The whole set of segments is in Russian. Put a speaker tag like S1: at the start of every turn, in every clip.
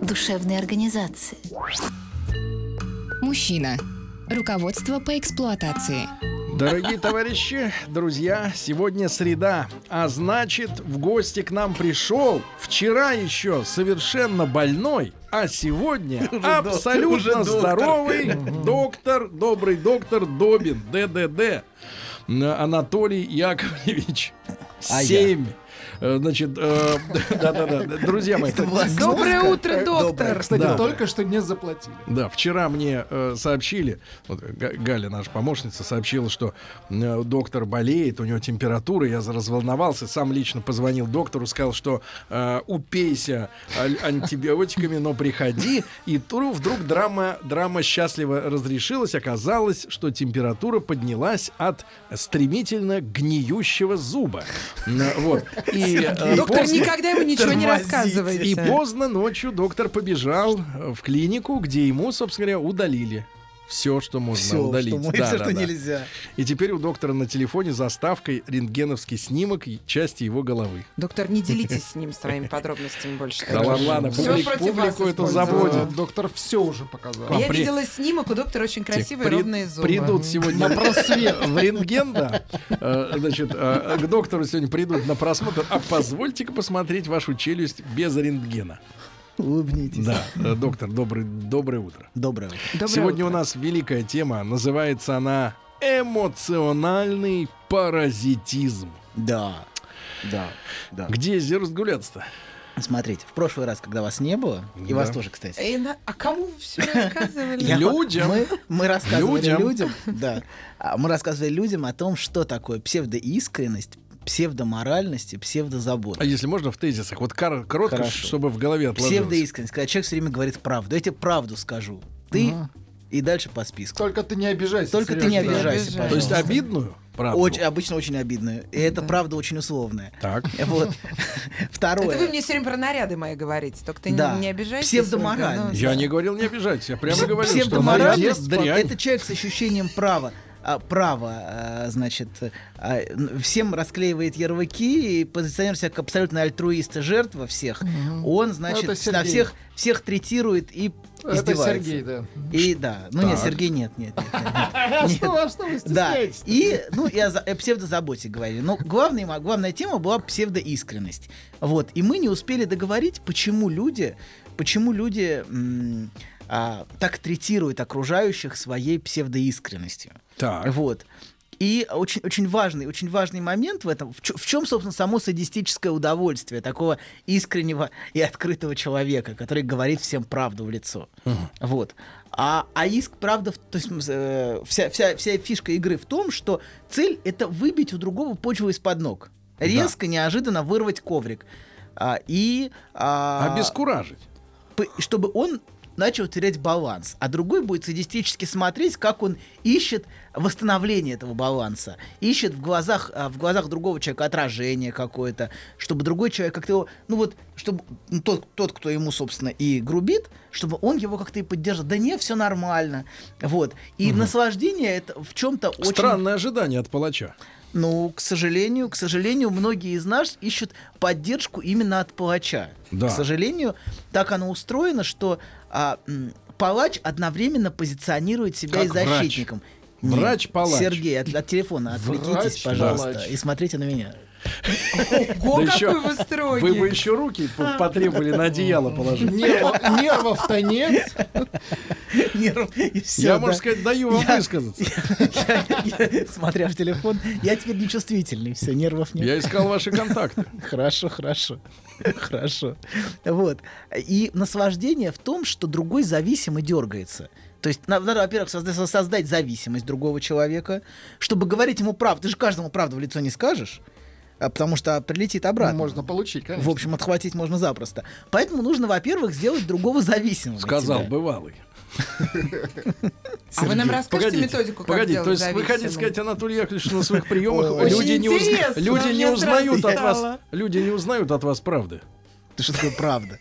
S1: душевной организации.
S2: Мужчина. Руководство по эксплуатации.
S3: Дорогие товарищи, друзья, сегодня среда, а значит в гости к нам пришел вчера еще совершенно больной, а сегодня абсолютно здоровый доктор, добрый доктор Добин, ДДД, Н- Анатолий Яковлевич. Семь. Э, Значит, э, да-да-да, друзья мои,
S4: Доброе утро,
S5: Доктор,
S4: доктор!
S5: кстати,
S3: Да.
S5: только что не заплатили.
S3: Да, вчера мне э, сообщили, вот, Га- Галя, наша помощница, сообщила, что э, доктор болеет, у него температура, я за- разволновался, сам лично позвонил доктору, сказал, что э, упейся аль- антибиотиками, но приходи, и тру- вдруг драма, драма счастливо разрешилась, оказалось, что температура поднялась от стремительно гниющего зуба. М, Вот. И, э,
S4: Доктор,
S3: после-
S4: никогда ему ничего
S5: Тормозите.
S4: не
S3: и
S4: рассказывайте.
S3: поздно ночью доктор побежал э, в клинику, где ему, собственно говоря, удалили все, что можно
S5: Все,
S3: удалить.
S5: что мы,
S3: Да,
S5: все,
S3: да,
S5: что
S3: да.
S5: нельзя.
S3: И теперь у доктора на телефоне заставкой рентгеновский снимок и части его головы.
S4: Доктор, не делитесь с ним своими подробностями больше.
S3: Да ладно, ладно,
S4: Всё
S3: публик-
S4: против вас
S3: публику это
S4: использовала.
S3: заводит.
S5: Э, Доктор все уже показал.
S3: Вам
S4: Я
S3: при-
S4: видела снимок, у доктора очень красивые
S3: При-
S4: ровные зубы.
S3: Придут сегодня
S5: На просвет.
S3: в рентген, да. Э, Значит, э, к доктору сегодня придут на просмотр. А позвольте-ка посмотреть вашу челюсть без рентгена.
S5: Улыбнитесь.
S3: Да, э, доктор, добрый, доброе утро.
S5: Доброе утро.
S4: Доброе
S3: Сегодня
S4: утро.
S3: у нас великая тема. Называется она эмоциональный паразитизм.
S6: Да, да, да.
S3: Где здесь разгуляться-то?
S6: Смотрите, в прошлый раз, когда вас не было, и
S3: Да.
S6: вас тоже, кстати.
S4: Эй, на- А кому вы все рассказывали?
S6: я-
S3: Людям.
S6: Мы, мы рассказывали
S3: Людям.
S6: людям, да, а, мы рассказывали людям о том, что такое псевдоискренность, псевдоморальность и псевдозабота.
S3: А если можно в тезисах? Вот кор- коротко,
S6: Хорошо.
S3: чтобы в голове отложилось.
S6: Псевдоискренность, когда человек все время говорит правду. Я тебе правду скажу. Ты и дальше по списку.
S5: Только ты не обижайся.
S6: Только ты
S5: Серёж,
S6: не
S5: да.
S6: обижайся,
S4: обижайся.
S3: То есть
S6: пожалуйста.
S3: обидную? Правду.
S6: Очень- обычно очень обидную. И это правда очень условная.
S3: Так.
S6: Вот. Второе.
S4: Это вы мне все время про наряды мои говорите, только ты
S6: Да.
S4: не, не обижайся.
S6: Псевдоморально.
S4: Ольга, ну,
S3: Я не говорил не обижайтесь, я прямо
S6: Псе-
S3: говорил, что она ест
S6: псевдоморальность
S3: дрянь.
S6: это человек с ощущением права. А, право, а, значит, а, н- всем расклеивает ярлыки и позиционирует себя как абсолютно альтруист и жертва всех. Он, значит,
S5: Ну, Это
S6: на
S5: Сергей.
S6: всех всех третирует и
S5: Это
S6: издевается.
S5: Сергей, да.
S6: И да, ну нет,
S3: Так.
S6: Сергей нет, нет, нет, нет, нет.
S5: А что, а что вы
S6: Да,
S5: стесняетесь?
S6: и, ну, и о, за- о псевдозаботе говорили. Но главная, ма- главная тема была псевдоискренность. Вот, и мы не успели договорить, почему люди, почему люди м, а, так третируют окружающих своей псевдоискренностью.
S3: Так.
S6: Вот. И очень, очень важный, очень важный момент в этом, в, чё- в чем, собственно, само садистическое удовольствие такого искреннего и открытого человека, который говорит всем правду в лицо. Вот. А, а иск, правда, в- то есть м, э, вся, вся, вся фишка игры в том, что цель — это выбить у другого почву из-под ног. Резко, неожиданно вырвать коврик. А, и... а,
S3: Обескуражить.
S6: п- чтобы он начал терять баланс, а другой будет садистически смотреть, как он ищет восстановление этого баланса, ищет в глазах, а, в глазах другого человека отражение какое-то, чтобы другой человек как-то его, ну вот, чтобы ну, тот, тот, кто ему, собственно, и грубит, чтобы он его как-то и поддержал. Да не, все нормально. Вот. И наслаждение это в чем-то очень...
S3: Странное ожидание от палача.
S6: Ну, к сожалению, к сожалению, многие из нас ищут поддержку именно от палача.
S3: Да.
S6: К сожалению, так оно устроено, что а, м, палач одновременно позиционирует себя
S3: Как
S6: и
S3: врач.
S6: защитником. Нет,
S3: Врач-палач.
S6: Сергей, от, от телефона отвлекитесь,
S5: Врач-палач.
S6: пожалуйста, и смотрите на меня.
S4: Ого,
S3: Да
S4: какой
S3: еще-
S4: вы строгий.
S3: Вы бы еще руки
S6: А.
S3: по- потребовали на одеяло положить.
S5: Нервов- Нервов-то нет.
S6: Нерв, и всё,
S3: я,
S6: да.
S3: можно сказать, даю вам
S6: Я-
S3: высказаться.
S6: Я- я- Смотря в телефон, я теперь нечувствительный, все, нервов нет.
S3: Я искал ваши контакты.
S6: Хорошо, хорошо.
S5: Ну,
S6: Хорошо. Вот. И наслаждение в том, что другой зависим и дергается. То есть нам надо, во-первых, созда- создать, зависимость другого человека, чтобы говорить ему правду. Ты же каждому правду в лицо не скажешь. а, потому что прилетит обратно.
S5: Можно получить,
S6: в
S5: конечно.
S6: общем, отхватить можно запросто. Поэтому нужно, во-первых, сделать другого зависимым. от
S3: Сказал
S6: тебя.
S3: бывалый.
S4: А вы нам
S3: Сергей,
S4: расскажете
S3: погодите,
S4: методику, как
S3: Погодите, то
S4: делать
S3: есть вы хотите
S4: зависимым?
S3: сказать, «А Анатолий Яковлевич на своих приемах
S4: Очень
S3: люди не, узна-
S4: интересно,
S3: люди не
S4: мне
S3: узнают
S4: сразу
S3: от вас,
S4: стало.
S3: люди не узнают от вас правды.
S6: Ты что такое правда?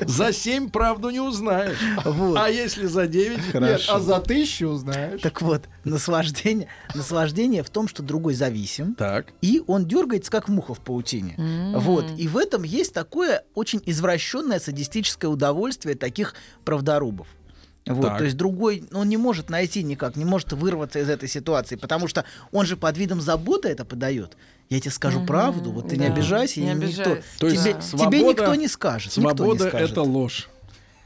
S3: За 7 правду не узнаешь.
S6: Вот.
S3: А если за 9?
S5: Нет,
S6: Хорошо.
S5: а за тысячу узнаешь.
S6: Так вот, наслаждение, наслаждение в том, что другой зависим,
S3: Так.
S6: и он дергается, как муха в паутине. Вот. И в этом есть такое очень извращенное садистическое удовольствие таких правдорубов. Вот,
S3: Так.
S6: то есть другой, ну, он не может найти никак, не может вырваться из этой ситуации, потому что он же под видом заботы это подает. Я тебе скажу правду, вот ты не
S4: да.
S6: обижайся,
S4: Не
S6: и никто,
S4: обижайся,
S3: То есть
S6: тебе,
S3: да.
S6: тебе
S3: свобода-
S6: никто не скажет, никто не
S3: Свобода
S6: скажет.
S3: это ложь.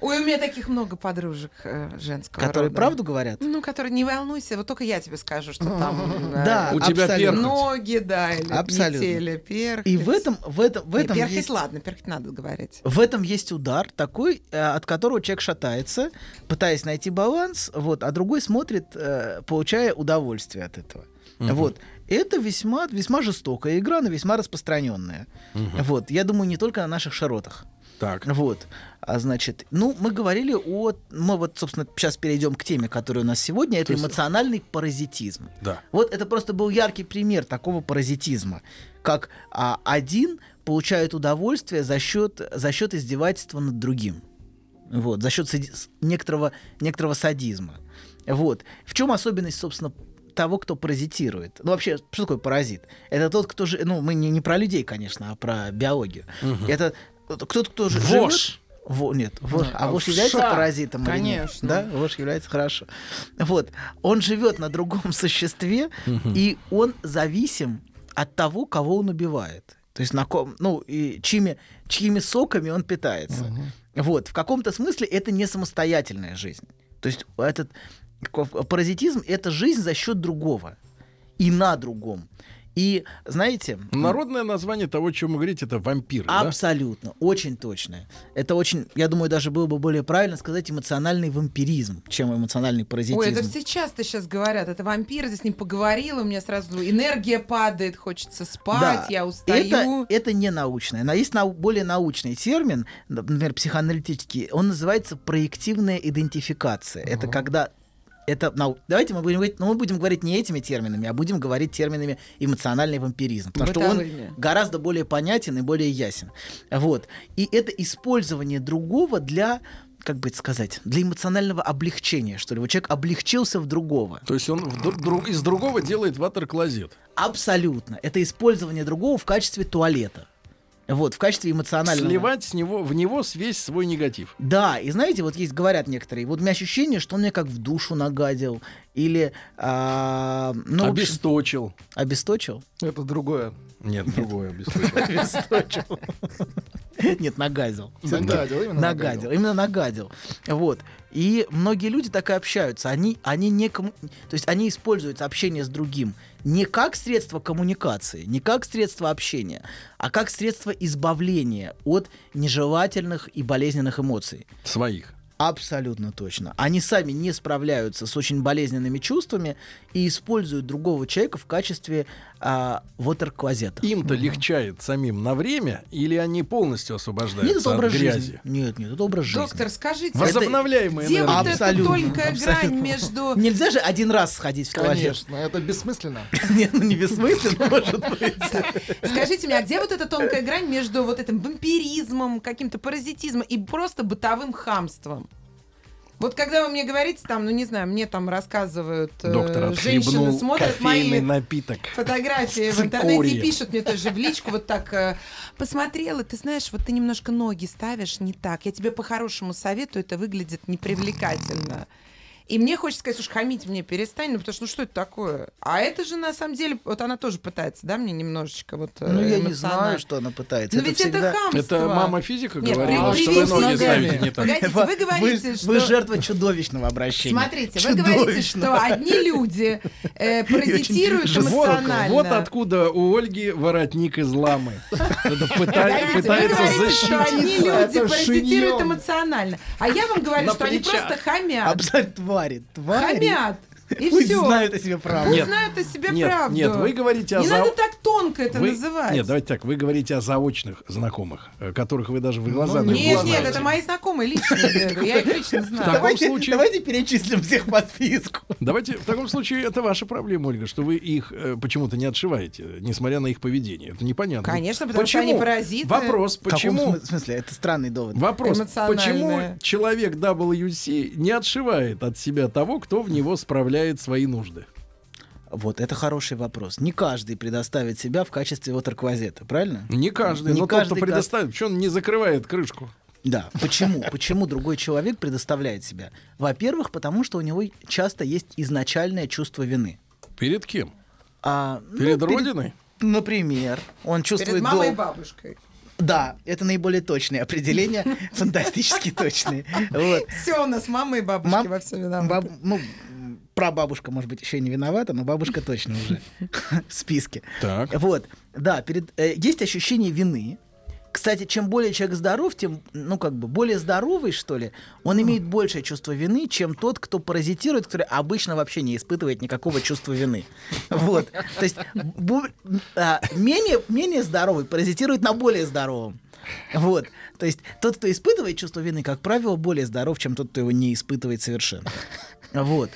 S4: Ой, у меня таких много подружек э, женского
S6: которые
S4: рода.
S6: правду говорят.
S4: Ну, которые, не волнуйся, вот только я тебе скажу, что там... э,
S6: Да,
S3: У тебя
S6: абсолютно.
S3: перхоть.
S4: Ноги, да, или
S6: Абсолютно.
S4: метели, перхоть.
S6: И в этом, в этом, в
S4: Не,
S6: этом
S4: перхоть,
S6: есть...
S4: ладно, перхоть надо говорить.
S6: В этом есть удар такой, э, от которого человек шатается, пытаясь найти баланс, вот, а другой смотрит, э, получая удовольствие от этого. Вот. Это весьма, весьма жестокая игра, но весьма распространенная. Вот. Я думаю, не только на наших широтах.
S3: Так.
S6: Вот. А значит, ну, мы говорили о... Мы вот, собственно, сейчас перейдем к теме, которая у нас сегодня. Это эмоциональный паразитизм.
S3: Да.
S6: Вот это просто был яркий пример такого паразитизма, как а, один получает удовольствие за счет, за счет издевательства над другим. Вот, за счет сади- с- некоторого, некоторого садизма. Вот. В чем особенность, собственно, того, кто паразитирует. Ну, вообще, что такое паразит? Это тот, кто же... Ну, мы не, не про людей, конечно, а про биологию. Это тот, кто же
S3: Вошь.
S6: Во, нет, вож, а
S5: а
S6: вож является
S5: вша,
S6: паразитом? или нет?
S4: конечно.
S6: Да, вож является хорошо. Вот, он живет на другом существе, и он зависим от того, кого он убивает. То есть на ком, ну и чьими, чьими соками он питается. Вот, в каком-то смысле это не самостоятельная жизнь. То есть этот таков- паразитизм – это жизнь за счет другого и на другом. И знаете,
S3: Народное название того, о чем вы говорите, это вампир. да?
S6: Абсолютно, очень точное. Это очень, я думаю, даже было бы более правильно сказать эмоциональный вампиризм, чем эмоциональный паразитизм.
S4: Ой, это все часто сейчас говорят. Это вампир, здесь с ним поговорила, у меня сразу энергия падает, хочется спать,
S6: Да.
S4: я устаю.
S6: Это, это не научное. Но есть нау- более научный термин, например, психоаналитический, он называется проективная идентификация. Это когда это нау- давайте мы будем говорить, но мы будем говорить не этими терминами, а будем говорить терминами эмоциональный вампиризм, потому что
S4: Бытовыми.
S6: он гораздо более понятен и более ясен. Вот. И это использование другого для как бы это сказать, для эмоционального облегчения, что ли. Вот человек облегчился в другого.
S3: То есть он вдруг- друг- из другого делает ватер-клозет.
S6: Абсолютно. Это использование другого в качестве туалета. Вот, в качестве эмоционального.
S3: Сливать с него, в него весь свой негатив.
S6: Да, и знаете, вот есть, говорят некоторые, вот у меня ощущение, что он мне как в душу нагадил. Или, а, ну, в общем,
S3: обесточил.
S6: обесточил?
S5: Это другое.
S3: Нет, другое обесточил.
S6: Нет, нагадил.
S5: Нагадил, именно
S6: Нагадил, именно нагадил. Вот. И многие люди так и общаются. Они, они не кому- То есть они используют общение с другим не как средство коммуникации, не как средство общения, а как средство избавления от нежелательных и болезненных эмоций.
S3: Своих.
S6: Абсолютно точно. Они сами не справляются с очень болезненными чувствами и используют другого человека в качестве а, ватер-клозета.
S3: Им-то легчает самим на время, или они полностью
S6: Нет, это
S3: освобождаются от
S6: образ
S3: грязи?
S6: жизни. Нет, нет, это образ жизни.
S4: Доктор, скажите,
S3: Возобновляемые
S4: где вот
S3: энергии.
S6: это- Абсолютно,
S4: эта тонкая
S6: абсолютно.
S4: грань между...
S6: Нельзя же один раз сходить в туалет.
S5: Конечно, это бессмысленно.
S6: Нет, ну не бессмысленно, может быть.
S4: Скажите мне, а где вот эта тонкая грань между вот этим вампиризмом, каким-то паразитизмом и просто бытовым хамством? Вот когда вы мне говорите, там, ну не знаю, мне там рассказывают, э,
S3: Доктор
S4: женщины
S3: отхлебнул
S4: смотрят
S3: кофейный
S4: мои
S3: напиток.
S4: фотографии в
S3: Цикория.
S4: интернете и пишут мне тоже в личку вот так э, посмотрела, ты знаешь, вот ты немножко ноги ставишь не так, я тебе по-хорошему советую, это выглядит непривлекательно. И мне хочется сказать, слушай, хамить мне перестань, ну потому что ну что это такое? А это же на самом деле, вот она тоже пытается, да, мне немножечко вот э,
S6: Ну, я не
S4: эмоционально.
S6: знаю, что она пытается.
S4: Но ведь это хамство.
S3: Это мама физика
S4: Нет,
S3: говорила,
S4: при-
S3: что вы
S4: приведите
S3: ноги
S4: ногами.
S3: ставите не так.
S4: Погодите, вы говорите,
S6: вы,
S4: что...
S6: вы жертва чудовищного обращения.
S4: Смотрите, вы говорите, что одни люди э, паразитируют
S3: Вот,
S4: эмоционально.
S3: вот откуда у Ольги воротник из ламы. Это пыта-
S4: Погодите, вы
S3: пытается
S4: говорите, что одни
S3: защититься.
S4: люди
S5: Это
S4: паразитируют
S5: шиньон.
S4: эмоционально. А я вам говорю, что они просто хамят.
S6: Абсолютно твари, твари.
S4: Хамят. И
S6: Пусть
S4: все.
S6: знают о себе правду.
S3: Нет.
S4: знают о себе
S3: Нет,
S4: правду.
S3: нет, вы говорите о
S4: Не
S3: за-
S4: надо так тонко это
S3: Вы-
S4: называть.
S3: Нет, давайте так, вы говорите о заочных знакомых, э, которых вы даже в глаза
S5: Ну,
S3: не
S4: Нет, нет,
S3: узнаете.
S4: это мои знакомые личные. Я их лично
S3: В
S4: знаю.
S3: таком
S6: Давайте,
S3: случае-
S6: давайте перечислим всех по списку.
S3: Давайте, в таком случае, это ваша проблема, Ольга, что вы их э, почему-то не отшиваете, несмотря на их поведение. Это непонятно.
S4: Конечно, потому что
S3: Почему?
S4: они паразиты.
S3: Вопрос,
S6: В
S3: почему...
S6: каком смы- смысле? Это странный довод.
S3: Вопрос, почему
S4: Эмоциональное.
S3: человек WC не отшивает от себя того, кто в него справляет свои нужды?
S6: Вот, это хороший вопрос. Не каждый предоставит себя в качестве вот арквазета, правильно?
S3: Не каждый,
S6: Не
S3: но тот,
S6: каждый
S3: кто
S6: как-
S3: предоставит, почему он не закрывает крышку?
S6: Да. Почему? Почему другой человек предоставляет себя? Во-первых, потому что у него часто есть изначальное чувство вины.
S3: Перед кем?
S6: А, ну,
S3: Перед
S6: перед-
S3: родиной?
S6: Например, он чувствует
S4: Перед мамой и
S6: долг.
S4: бабушкой.
S6: Да, это наиболее точные определения, фантастически точные. Вот.
S4: Все у нас мама и бабушки
S6: Мам-
S4: во всем виноваты.
S6: Баб- ну, м, прабабушка, может быть, еще и не виновата, но бабушка точно уже в списке.
S3: Так.
S6: Вот, да, перед, э, есть ощущение вины. Кстати, чем более человек здоров, тем, ну, как бы, более здоровый, что ли, он имеет большее чувство вины, чем тот, кто паразитирует, который обычно вообще не испытывает никакого чувства вины. Вот. То есть бу- а, менее, менее здоровый паразитирует на более здоровом. Вот. То есть тот, кто испытывает чувство вины, как правило, более здоров, чем тот, кто его не испытывает совершенно. Вот.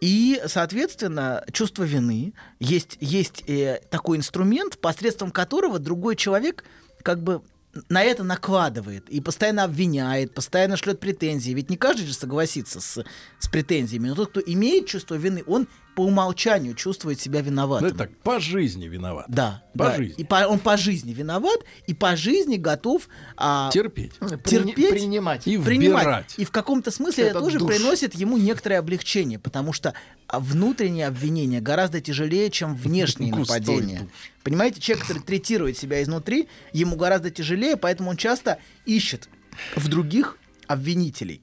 S6: И, соответственно, чувство вины есть, есть э, такой инструмент, посредством которого другой человек как бы на это накладывает и постоянно обвиняет, постоянно шлет претензии. Ведь не каждый же согласится с, с претензиями, но тот, кто имеет чувство вины, он по умолчанию чувствует себя
S3: Ну,
S6: виноватым.
S3: это так, по жизни виноват.
S6: Да.
S3: По
S6: да.
S3: жизни.
S6: И по- он по жизни виноват, и по жизни готов а,
S3: Терпеть.
S6: терпеть
S5: Принимать.
S3: И
S6: принимать.
S3: вбирать.
S6: И в каком-то смысле это,
S5: Это
S6: тоже
S5: душ.
S6: приносит ему некоторое облегчение, потому что а, внутреннее обвинение гораздо тяжелее, чем внешние
S3: Густой
S6: нападения.
S3: душ.
S6: Понимаете, человек, который третирует себя изнутри, ему гораздо тяжелее, поэтому он часто ищет в других обвинителей,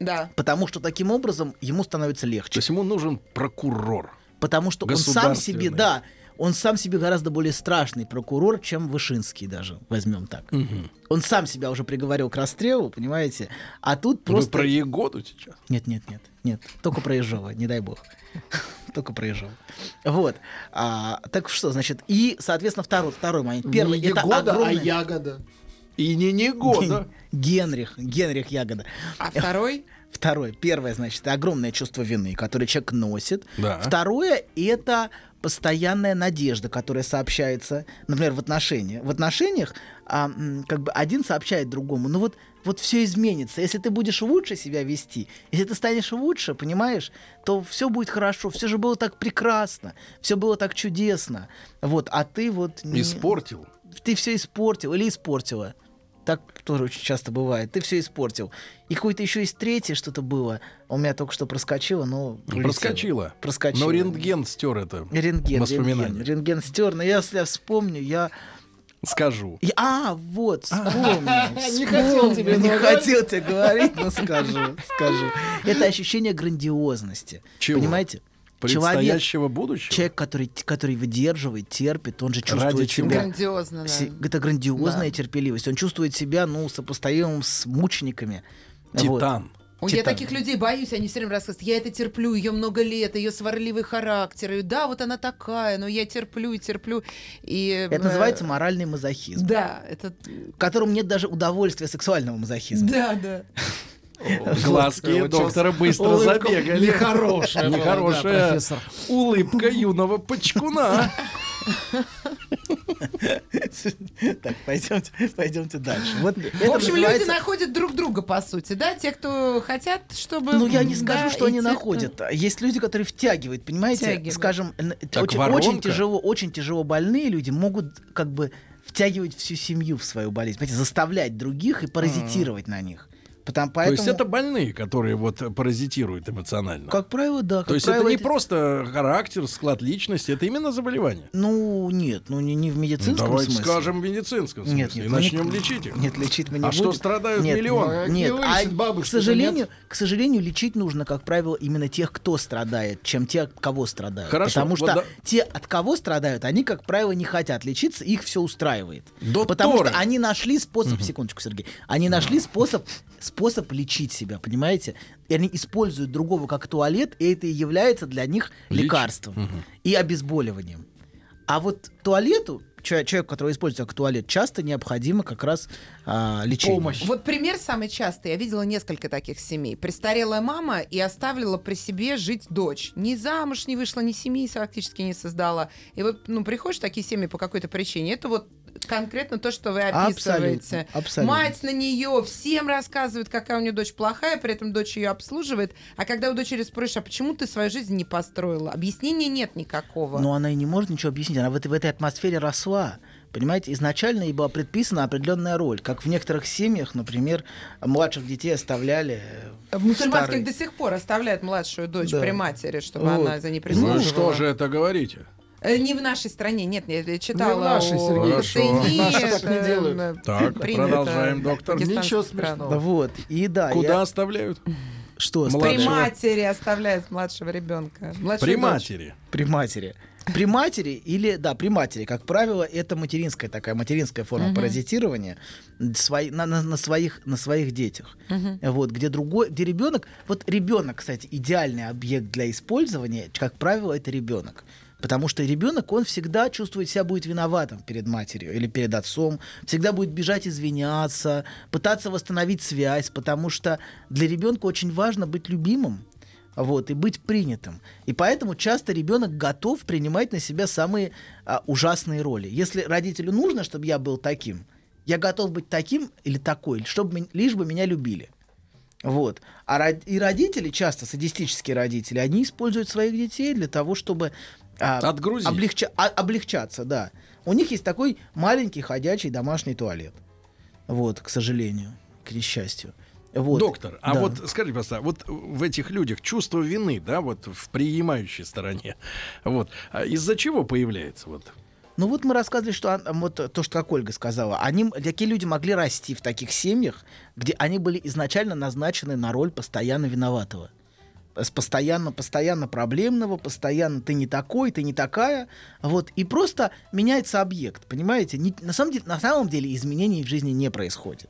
S4: Да.
S6: потому что таким образом ему становится
S3: То
S6: легче.
S3: есть ему нужен прокурор.
S6: Потому что он сам
S3: Государственный.
S6: себе, да, он сам себе гораздо более страшный прокурор, чем Вышинский даже, возьмем так. Он сам себя уже приговорил к расстрелу, понимаете? А тут
S3: Вы
S6: просто...
S3: про Егоду сейчас?
S6: Нет, нет, нет, нет. Только про Ежова, не дай бог. Только про Ежова. Вот. А, так что, значит, и, соответственно, второй, второй момент. Первый,
S5: не
S6: это
S5: ягода,
S6: огромное-
S5: а ягода.
S3: И не Негода.
S6: Генрих, Генрих Ягода.
S4: А второй?
S6: Второе. Первое, значит, это огромное чувство вины, которое человек носит.
S3: Да.
S6: Второе — это постоянная надежда, которая сообщается, например, в отношениях. В отношениях а, м, как бы один сообщает другому, ну вот, вот все изменится. Если ты будешь лучше себя вести, если ты станешь лучше, понимаешь, то все будет хорошо. Все же было так прекрасно, все было так чудесно. Вот, а ты вот... не-
S3: Испортил.
S6: ты все испортил или испортила. Так тоже очень часто бывает. Ты все испортил. И какое-то еще есть третье что-то было. А У меня только что проскочило, но... улетело.
S3: Проскочила.
S6: Проскочило.
S3: Но рентген стер это.
S6: Рентген.
S3: Воспоминания.
S6: Рентген, рентген стер. Но если я вспомню, я...
S3: Скажу.
S6: я- А, вот, вспомнил.
S5: Не хотел тебе
S6: Не
S5: этого
S6: хотел тебе говорить, но скажу, скажу. Это ощущение грандиозности.
S3: Чего?
S6: Понимаете? Человек,
S3: Предстоящего будущего.
S6: человек, который, который выдерживает, терпит, он же чувствует
S3: Ради чего?
S6: себя.
S4: Грандиозно, да.
S6: Се- Это грандиозная
S4: Да.
S6: терпеливость. Он чувствует себя, ну, сопоставимым с мучениками. Вот.
S3: Титан.
S4: Ой, я
S6: Титан.
S4: таких людей боюсь, они все время рассказывают, я это терплю, ее много лет, ее сварливый характер, и да, вот она такая, но я терплю и терплю. И, э,
S6: Это называется моральный мазохизм,
S4: Да, это...
S6: в котором нет даже удовольствия сексуального мазохизма.
S4: Да, да.
S3: Глазки
S5: Вот
S3: доктора быстро
S5: улыбка
S3: забегали.
S5: нехорошая была, да,
S3: Нехорошая
S5: профессор.
S3: улыбка юного пачкуна.
S6: Так, пойдемте, пойдемте дальше. Вот
S4: В
S6: это
S4: общем,
S6: называется-
S4: люди находят друг друга, по сути, да, те, кто хотят, чтобы...
S6: Ну, я не
S4: да, э,
S6: скажу, что
S4: и
S6: они
S4: те, кто-
S6: находят. Есть люди, которые втягивают, понимаете?
S4: Втягивают.
S6: Скажем, н-
S3: Так
S6: очень,
S3: воронка.
S6: очень тяжело, очень тяжело больные люди могут как бы втягивать всю семью в свою болезнь, понимаете, заставлять других и паразитировать на них. Потому,
S3: То
S6: поэтому,
S3: есть это больные, которые вот паразитируют эмоционально.
S6: как правило, да. как
S3: То есть это
S6: правило,
S3: не просто характер, склад личности, это именно заболевание.
S6: Ну, нет, ну не, не в
S3: Ну,
S6: медицинском
S3: Давайте
S6: смысле.
S3: скажем в медицинском смысле
S6: Нет, нет,
S3: и
S6: ну,
S3: начнем
S6: не-
S3: лечить их.
S6: Нет, лечить мы не
S3: а что
S6: будем.
S3: страдают
S6: Нет,
S3: миллионы?
S5: ну, Так не
S6: Нет, а,
S5: вылечит
S6: к
S5: бабушку,
S6: сожалению,
S5: нет?
S6: к сожалению, лечить нужно, как правило, именно тех, кто страдает, чем те, от кого страдают.
S3: Хорошо,
S6: Потому
S3: вот
S6: что
S3: да-
S6: те, от кого страдают, они, как правило, не хотят лечиться, их все устраивает.
S3: Докторы.
S6: Потому что они нашли способ, секундочку, Сергей, они нашли способ, сп- способ лечить себя, понимаете? И они используют другого как туалет, и это и является для них
S3: Лич-
S6: лекарством и обезболиванием. А вот туалету, ча- человеку, который использует как туалет, часто необходимо как раз а, лечение.
S5: Помощь.
S4: Вот пример самый частый. Я видела несколько таких семей. Престарелая мама и оставила при себе жить дочь. Ни замуж не вышла, ни семьи фактически не создала. И вот, ну, приходишь в такие семьи по какой-то причине. Это вот конкретно то, что вы описываете.
S6: Абсолютно, абсолютно.
S4: Мать на нее всем рассказывает, какая у нее дочь плохая, при этом дочь ее обслуживает. А когда у дочери спрашиваешь, а почему ты свою жизнь не построила? Объяснения нет никакого.
S6: Но она и не может ничего объяснить. Она в этой, в этой атмосфере росла. Понимаете, изначально ей была предписана определенная роль. Как в некоторых семьях, например, младших детей оставляли. э,
S4: В мусульманских
S6: старой.
S4: до сих пор оставляют младшую дочь
S6: Да.
S4: при матери, чтобы
S6: Вот. Ну,
S4: она за ней присмотрела.
S3: Вы что же это говорите?
S4: Э, Не в нашей стране, нет, я я читала.
S5: Не Ну, в нашей,
S4: о
S5: Сергей.
S3: Хорошо.
S4: Пацани,
S5: В нашей так не
S4: это,
S5: делают.
S4: м,
S3: Так,
S4: принято
S3: продолжаем,
S4: в
S3: доктор.
S4: пакистанских
S5: Ничего
S4: странах.
S5: смешного.
S6: Да, Вот. И да,
S3: Куда
S6: А, я-
S3: оставляют?
S6: что
S3: Младшего.
S4: При
S6: оставляли?
S4: матери оставляют младшего ребенка.
S3: При матери.
S6: При матери. При матери или, да, при матери, как правило, это материнская такая, материнская форма паразитирования м, свои- на, на- на своих, на своих детях. Вот, где другой, где ребенок, вот ребенок, кстати, идеальный объект для использования, как правило, это ребенок. Потому что ребенок, он всегда чувствует себя будет виноватым перед матерью или перед отцом, всегда будет бежать извиняться, пытаться восстановить связь, потому что для ребенка очень важно быть любимым вот, и быть принятым. И поэтому часто ребенок готов принимать на себя самые а, ужасные роли. Если родителю нужно, чтобы я был таким, я готов быть таким или такой, чтобы, мен- лишь бы меня любили. Вот. А род- и родители, часто садистические родители, они используют своих детей для того, чтобы а,
S3: Отгрузить.
S6: облегча- а- облегчаться, да. У них есть такой маленький ходячий домашний туалет. Вот, к сожалению, к несчастью. Вот.
S3: Доктор, а
S6: Да.
S3: вот скажите, пожалуйста, вот в этих людях чувство вины, да, вот в принимающей стороне, вот, а из-за чего появляется вот?
S6: Ну вот мы рассказывали, что а, вот то, что как Ольга сказала, они, м- такие люди могли расти в таких семьях, где они были изначально назначены на роль постоянно виноватого. С постоянно, постоянно проблемного, постоянно ты не такой, ты не такая. Вот. И просто меняется объект, понимаете? Не- на, самом деле, на самом деле изменений в жизни не происходит.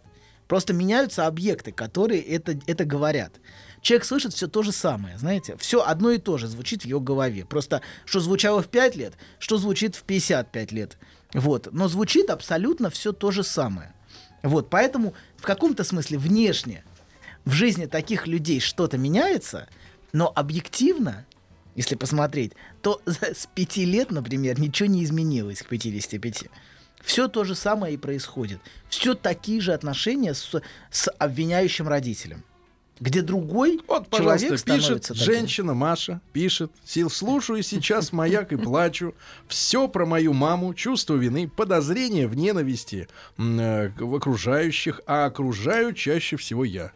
S6: Просто меняются объекты, которые это, это говорят. Человек слышит все то же самое, знаете, все одно и то же звучит в его голове. Просто что звучало в 5 лет, что звучит в 55 лет. Вот. Но звучит абсолютно все то же самое. Вот. Поэтому в каком-то смысле внешне в жизни таких людей что-то меняется, но объективно, если посмотреть, то с 5 лет, например, ничего не изменилось к 55. Все то же самое и происходит. Все такие же отношения с, с обвиняющим родителем. Где другой
S3: Вот, пожалуйста, пишет
S6: человек становится таким.
S3: женщина Маша, пишет, «Сил- слушаю сейчас маяк и плачу, все про мою маму, чувство вины, подозрения в ненависти м, э, к- в окружающих, а окружаю чаще всего я.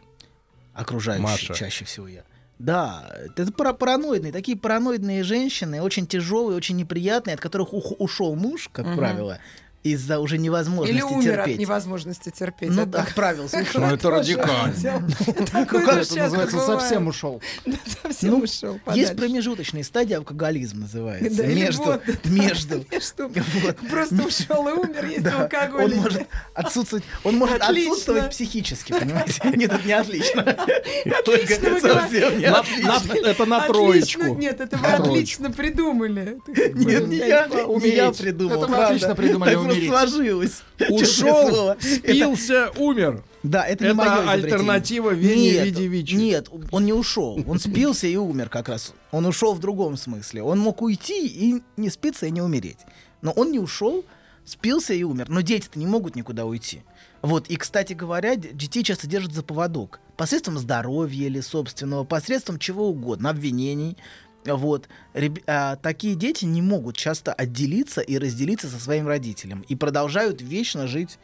S6: окружающие
S3: Маша.
S6: чаще всего я. Да, это пара- параноидные, такие параноидные женщины, очень тяжелые, очень неприятные, от которых ух- ушел муж, как правило, из-за уже невозможности
S4: Или умер
S6: терпеть.
S4: от невозможности терпеть.
S6: Ну
S4: Это
S6: да, отправился. ушел.
S3: Ну, это радикально.
S4: такое
S5: Ну, как
S4: же
S5: это
S4: часто
S5: называется?
S4: бывает.
S5: Совсем ушел.
S4: Да, совсем
S6: Ну,
S4: ушел
S6: Есть
S4: подальше.
S6: промежуточные стадии алкоголизм называется.
S4: Да, или
S6: между,
S4: вот это.
S6: между.
S4: Между.
S6: Вот.
S4: Просто ушел и умер, есть
S6: Да,
S4: алкоголь.
S6: он может отсутствовать, он может
S4: Отлично.
S6: отсутствовать психически, понимаете? Нет, это не отлично.
S4: Отлично
S6: Только
S4: вы
S6: совсем не
S3: На-
S6: отлично.
S3: на- это на троечку.
S4: Нет, это вы
S3: На троечку.
S4: отлично придумали.
S6: Нет, не я, не я придумал.
S5: Это мы
S6: правда.
S5: отлично придумали,
S6: Так просто
S5: умереть.
S6: сложилось. Честное
S3: Ушел,
S6: слово.
S3: спился, умер.
S6: Да, это,
S3: Это
S6: не мое изобретение.
S3: альтернатива Вене
S6: Нет,
S3: Видевичу.
S6: Нет, он не ушел. Он спился и умер как раз. Он ушел в другом смысле. Он мог уйти и не спиться и не умереть. Но он не ушел, спился и умер. Но дети-то не могут никуда уйти. Вот, и, кстати говоря, д- детей часто держат за поводок. Посредством здоровья или собственного, посредством чего угодно, обвинений. Вот. Реб- а, такие дети не могут часто отделиться и разделиться со своим родителем. И продолжают вечно жить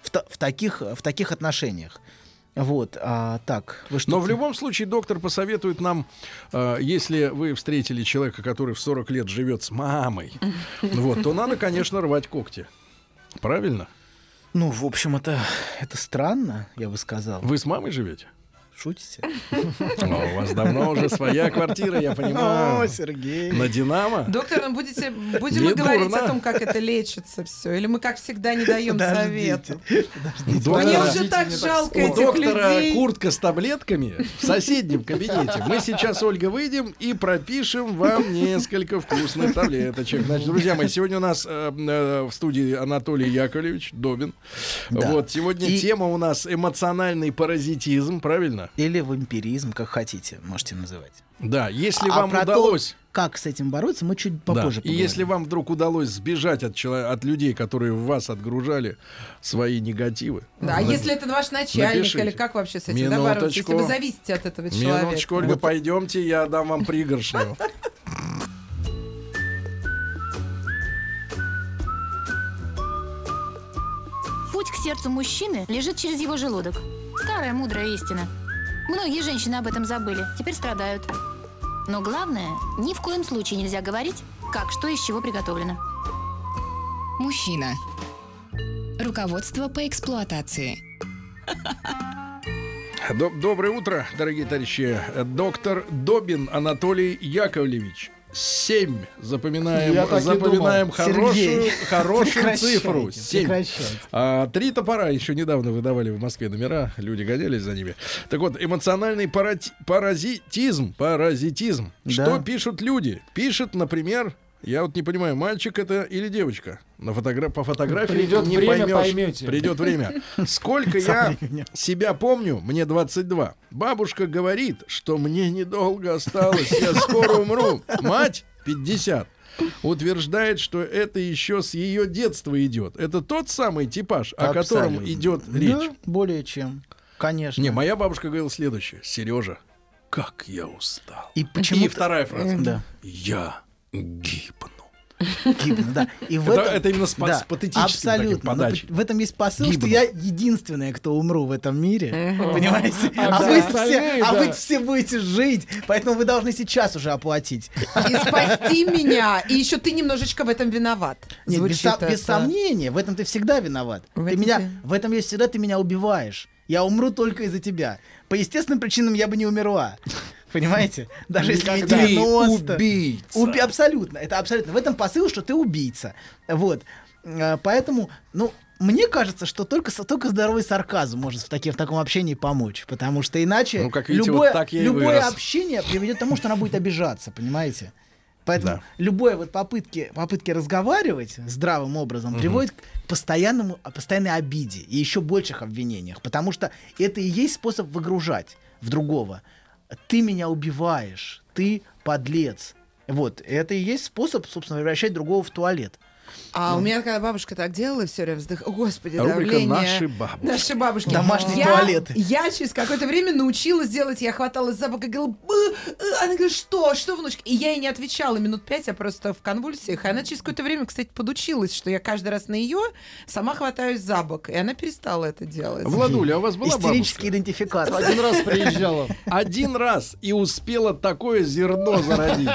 S6: в, та- в таких, в таких отношениях. Вот, а, так, вы что?
S3: Но в любом случае доктор посоветует нам, э, если вы встретили человека, который в 40 лет живет с мамой, вот, то надо, конечно, рвать когти. Правильно?
S6: Ну, в общем, это, это странно, я бы сказал.
S3: Вы с мамой живете?
S6: шутите?
S3: А у вас давно уже своя квартира, я
S6: О,
S3: понимаю.
S6: Сергей.
S3: На Динамо?
S4: Доктор, ну будете, будем мы
S3: Не
S4: говорить
S3: дурно.
S4: о том, как это лечится все? Или мы, как всегда, не даем
S6: Подождите.
S4: совета?
S3: Доктора-
S4: Мне
S5: Подождите,
S4: уже так
S5: мне так
S4: жалко
S3: У
S4: этих
S3: доктора
S4: людей.
S3: куртка с таблетками в соседнем кабинете. Мы сейчас, Ольга, выйдем и пропишем вам несколько вкусных таблеточек. Значит, друзья мои, сегодня у нас э, э, в студии Анатолий Яковлевич Добин.
S6: Да.
S3: Вот, сегодня
S6: И-
S3: тема у нас эмоциональный паразитизм, правильно?
S6: Или вампиризм, как хотите, можете называть.
S3: Да, если
S6: А
S3: вам
S6: про то,
S3: удалось...
S6: как с этим бороться, мы чуть
S3: Да,
S6: попозже
S3: И если
S6: поговорим.
S3: вам вдруг удалось сбежать от, чело- от людей, которые в вас отгружали свои негативы,
S4: Да, а
S3: на-
S4: если это ваш начальник,
S3: напишите.
S4: или как вообще с этим да, бороться? Если
S3: Минуточку.
S4: вы зависите от этого человека.
S3: Минуточку, Ольга, пойдемте, я дам вам пригоршню.
S1: Путь к сердцу мужчины лежит через его желудок. Старая мудрая истина. Многие женщины об этом забыли, теперь страдают. Но главное, ни в коем случае нельзя говорить, как что из чего приготовлено.
S2: Мужчина. Руководство по эксплуатации.
S3: До- Доброе утро, дорогие товарищи. Доктор Добин Анатолий Яковлевич. Семь. Запоминаем,
S5: Я так и
S3: запоминаем
S5: думал.
S3: хорошую,
S6: Сергей,
S3: хорошую
S6: прекращайте,
S3: цифру. Семь.
S5: Прекращайте.
S3: А, три топора еще недавно выдавали в Москве номера, люди гонялись за ними. Так вот, эмоциональный парати- паразитизм, паразитизм. Что
S6: Да.
S3: пишут люди? Пишет, например, я вот не понимаю, мальчик это или девочка? На фотогра- по фотографии
S5: Придет
S3: не
S5: время,
S3: поймешь.
S5: поймете.
S3: Придет время. Сколько я себя помню, мне 22. Бабушка говорит, что мне недолго осталось, я скоро умру. Мать 50. Утверждает, что это еще с ее детства идет. Это тот самый типаж, о котором
S6: Абсолютно.
S3: идет
S6: Да,
S3: речь.
S6: более чем. Конечно.
S3: Не, моя бабушка говорила следующее. Сережа, как я устал.
S6: И почему
S3: И вторая фраза.
S6: Да.
S3: Я гибну.
S6: Гибн, да. И в
S3: Это-
S6: этом-
S3: это именно с па- с патетическим
S6: абсолютно.
S3: таким
S6: Но
S3: подачей.
S6: п- в этом есть посыл,
S3: Гибн.
S6: что я единственная, кто умру в этом мире. Понимаете? А,
S5: да.
S6: вы
S5: Остальные,
S6: все, а
S5: да.
S6: вы все будете жить, поэтому вы должны сейчас уже оплатить.
S4: И спасти меня. И еще ты немножечко в этом виноват.
S6: Нет, без,
S4: Звучит
S6: со-
S4: это.
S6: без сомнения, в этом ты всегда виноват.
S4: В
S6: Ты
S4: этом
S6: меня,
S4: ты-
S6: В этом я всегда ты меня убиваешь. Я умру только из-за тебя. По естественным причинам я бы не умерла. Понимаете? Даже если мне 90.
S3: убийца.
S6: Уби- абсолютно, это абсолютно. В этом посыл, что ты убийца. Вот. Э, Поэтому, ну, мне кажется, что только, со- только здоровый сарказм может в, таки- в таком общении помочь. Потому что иначе
S3: Ну, как видите,
S6: любое,
S3: вот так я и
S6: любое
S3: вырос.
S6: общение приведет к тому, что она будет обижаться, понимаете? Поэтому
S3: Да.
S6: любое вот попытки, попытки разговаривать здравым образом приводит к постоянному, а, постоянной обиде и еще больших обвинениях. Потому что это и есть способ выгружать в другого. Ты меня убиваешь, ты подлец. Вот, это и есть способ, собственно, превращать другого в туалет.
S4: А у меня когда бабушка так делала, все время вздыхала. Господи,
S3: Рубрика
S4: давление.
S3: «Наши бабушки».
S4: Наши бабушки.
S6: Домашние
S4: я,
S6: туалеты.
S4: Я через какое-то время научилась делать, я хваталась за бок и говорила, «Бы, э». она говорит, что, что, внучка? И я ей не отвечала минут пять, я просто в конвульсиях. И она через какое-то время, кстати, подучилась, что я каждый раз на ее сама хватаюсь за бок. И она перестала это делать.
S3: Владуля, а у вас была бабушка?
S6: Истерический идентификатор.
S5: Один раз приезжала.
S3: Один раз и успела такое зерно зародить.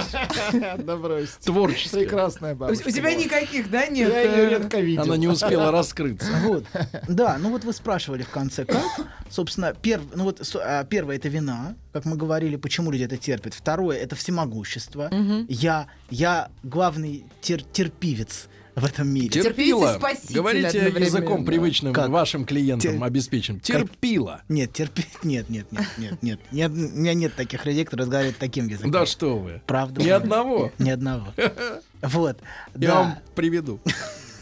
S5: Да бросьте.
S3: Творческое.
S5: Прекрасная
S4: У, у
S5: бабушка.
S4: тебя э.
S5: была.
S4: никаких, да, нет?
S5: Я ее редко видел.
S3: Она не успела раскрыться.
S6: Вот. Да, ну вот вы спрашивали в конце, как. Собственно, перв... ну вот, со- а, первое это вина, как мы говорили, почему люди это терпят. Второе это всемогущество. Я, я главный тер- терпивец в этом мире.
S4: Терпила.
S3: Терпила.
S4: и спаситель
S3: Говорите
S4: одновременно.
S3: языком привычным
S6: Как?
S3: вашим клиентам
S6: Тер-
S3: обеспеченным. Терпила.
S6: Нет, терпеть, нет, нет, нет, нет, нет, нет. У меня нет таких людей, кто разговаривает таким языком.
S3: Да что вы.
S6: Правда.
S3: Ни одного.
S6: Ни одного. Вот.
S3: Я
S6: да.
S3: вам приведу.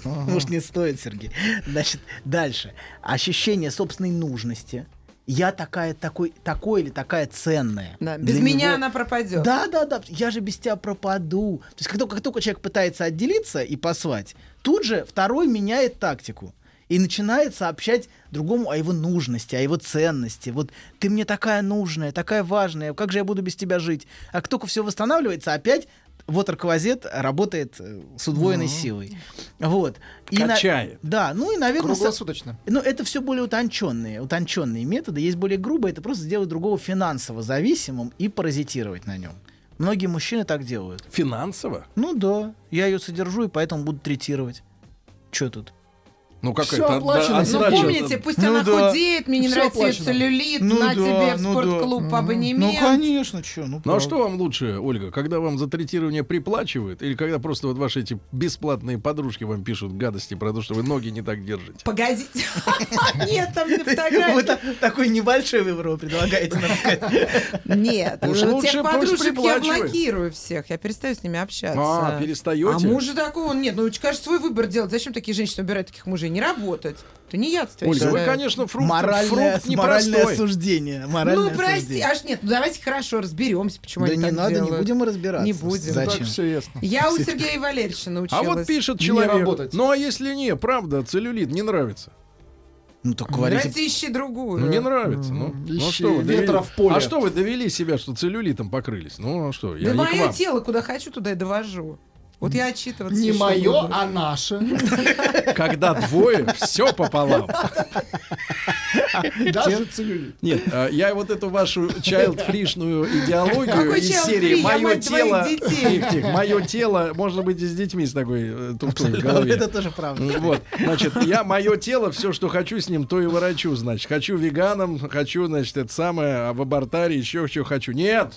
S6: Может, не стоит, Сергей. Значит, дальше. Ощущение собственной нужности. Я такая, такой, такой или такая ценная.
S4: Да, без
S6: Для
S4: меня
S6: него-
S4: она пропадет.
S6: Да, да, да. Я же без тебя пропаду. То есть, как только, как только человек пытается отделиться и послать, тут же второй меняет тактику. И начинает сообщать другому о его нужности, о его ценности. Вот ты мне такая нужная, такая важная, как же я буду без тебя жить? А как только все восстанавливается, опять water работает э, с удвоенной силой. Вот. И на-
S3: Качает.
S6: Да, ну и, наверное, со-
S5: Круглосуточно.
S6: ну, это все более утонченные, утонченные методы. Есть более грубые, это просто сделать другого финансово зависимым и паразитировать на нем. Многие мужчины так делают.
S3: Финансово?
S6: Ну да, я ее содержу, и поэтому буду третировать. Че тут?
S3: Ну как
S5: Всё
S3: это? отда-
S5: оплачено.
S3: отдача-
S4: Ну,
S5: Значит,
S4: помните, пусть
S6: ну
S4: она
S6: да.
S4: худеет, мне не
S5: Всё
S4: нравится
S5: оплачено.
S4: ее целлюлит,
S6: Ну
S4: на
S6: да,
S4: тебе в
S6: ну да.
S4: спортклуб
S6: Мгм.
S4: абонемент.
S6: Ну, конечно, что. Ну,
S3: Ну а
S6: правда.
S3: что вам лучше, Ольга, когда вам за третирование приплачивают, или когда просто вот ваши эти бесплатные подружки вам пишут гадости про то, что вы ноги не так держите?
S4: Погодите. Нет, там не
S6: Вы
S4: фотографии.
S6: та- такой небольшой выбор предлагаете, надо сказать.
S4: Нет,
S3: Уж
S4: у
S3: лучше
S4: тех
S3: пусть
S4: подружек я
S3: приплачивает.
S4: блокирую всех. Я перестаю с ними общаться.
S3: А, перестаете?
S4: А мужа такого нет. Ну, конечно, свой выбор делать. Зачем такие женщины убирают таких мужей? Не работать. Это не ядство. я
S3: Ольга, вы,
S4: считаю.
S3: конечно, фрукт,
S6: Моральное,
S3: фрукт
S6: моральное
S3: непростой.
S6: осуждение.
S4: Ну,
S6: моральное
S4: прости.
S6: осуждение.
S4: Аж нет, ну давайте хорошо разберемся, почему
S6: Да
S4: они
S6: не
S4: так
S6: надо, не
S4: делают.
S6: будем разбираться.
S4: Не будем.
S5: Так
S6: Зачем?
S5: все ясно.
S4: Я у Сергея Валерьевича научилась.
S3: А вот пишет
S5: Не
S3: человек.
S5: работать.
S3: Ну а если не, правда, целлюлит не нравится.
S6: Ну, так говорите.
S4: Давайте ищи другую.
S3: Ну не нравится. Ну, ну
S5: Ищи
S3: что вы довели-
S5: ветра в поле.
S3: А что вы довели себя, что целлюлитом покрылись? Ну а что, я
S4: да
S3: не к
S4: мое
S3: вам.
S4: тело, куда хочу, туда и довожу. Вот я отчитываться
S5: Не
S4: еще
S5: мое,
S4: буду.
S5: а наше.
S3: Когда двое, все пополам.
S5: Даже целлюлит.
S3: Нет, а, я вот эту вашу child-фришную идеологию
S4: Какой
S3: из
S4: child-free?
S3: серии
S4: Я
S3: «Мое
S4: мать твоих
S3: тело...»
S4: детей.
S3: «Мое тело...» Можно быть, и с детьми с такой э, туфтой в голове.
S6: Это тоже правда.
S3: М, Ну Вот, значит, я мое тело, все, что хочу с ним, то и ворочу, значит. Хочу веганом, хочу, значит, это самое, а в абортаре еще что хочу. Нет!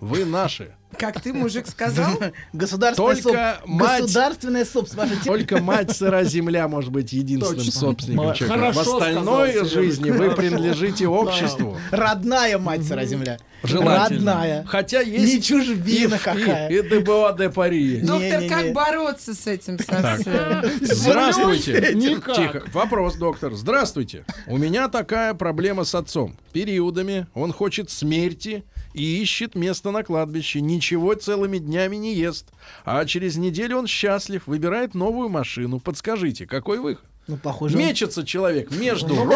S3: Вы наши.
S4: Как ты, мужик, сказал?
S6: Государственная
S3: Только
S6: соб-
S3: мать-
S6: Государственная собственность. Ваша те-
S3: Только мать сыра земля может быть единственным
S5: Точно.
S3: собственником
S5: Ма-
S3: человека. В
S5: хорошо
S3: остальной
S5: сказал, Сережа.
S3: жизни вы принадлежите обществу.
S6: Родная мать сыра земля.
S3: Желательно.
S6: Родная.
S3: Хотя есть
S6: Не чужбина какая.
S3: И, и ДБО де Пари есть.
S4: Доктор,
S6: Не-не-не.
S4: как бороться с этим совсем?
S3: Здравствуйте.
S5: Никак.
S3: Тихо. Вопрос, доктор. Здравствуйте. У меня такая проблема с отцом. Периодами он хочет смерти и ищет место на кладбище. Ничего целыми днями не ест. А через неделю он счастлив, выбирает новую машину. Подскажите, какой выход?
S6: Ну, похоже, он-
S3: Мечется человек между
S5: Ну, всё-таки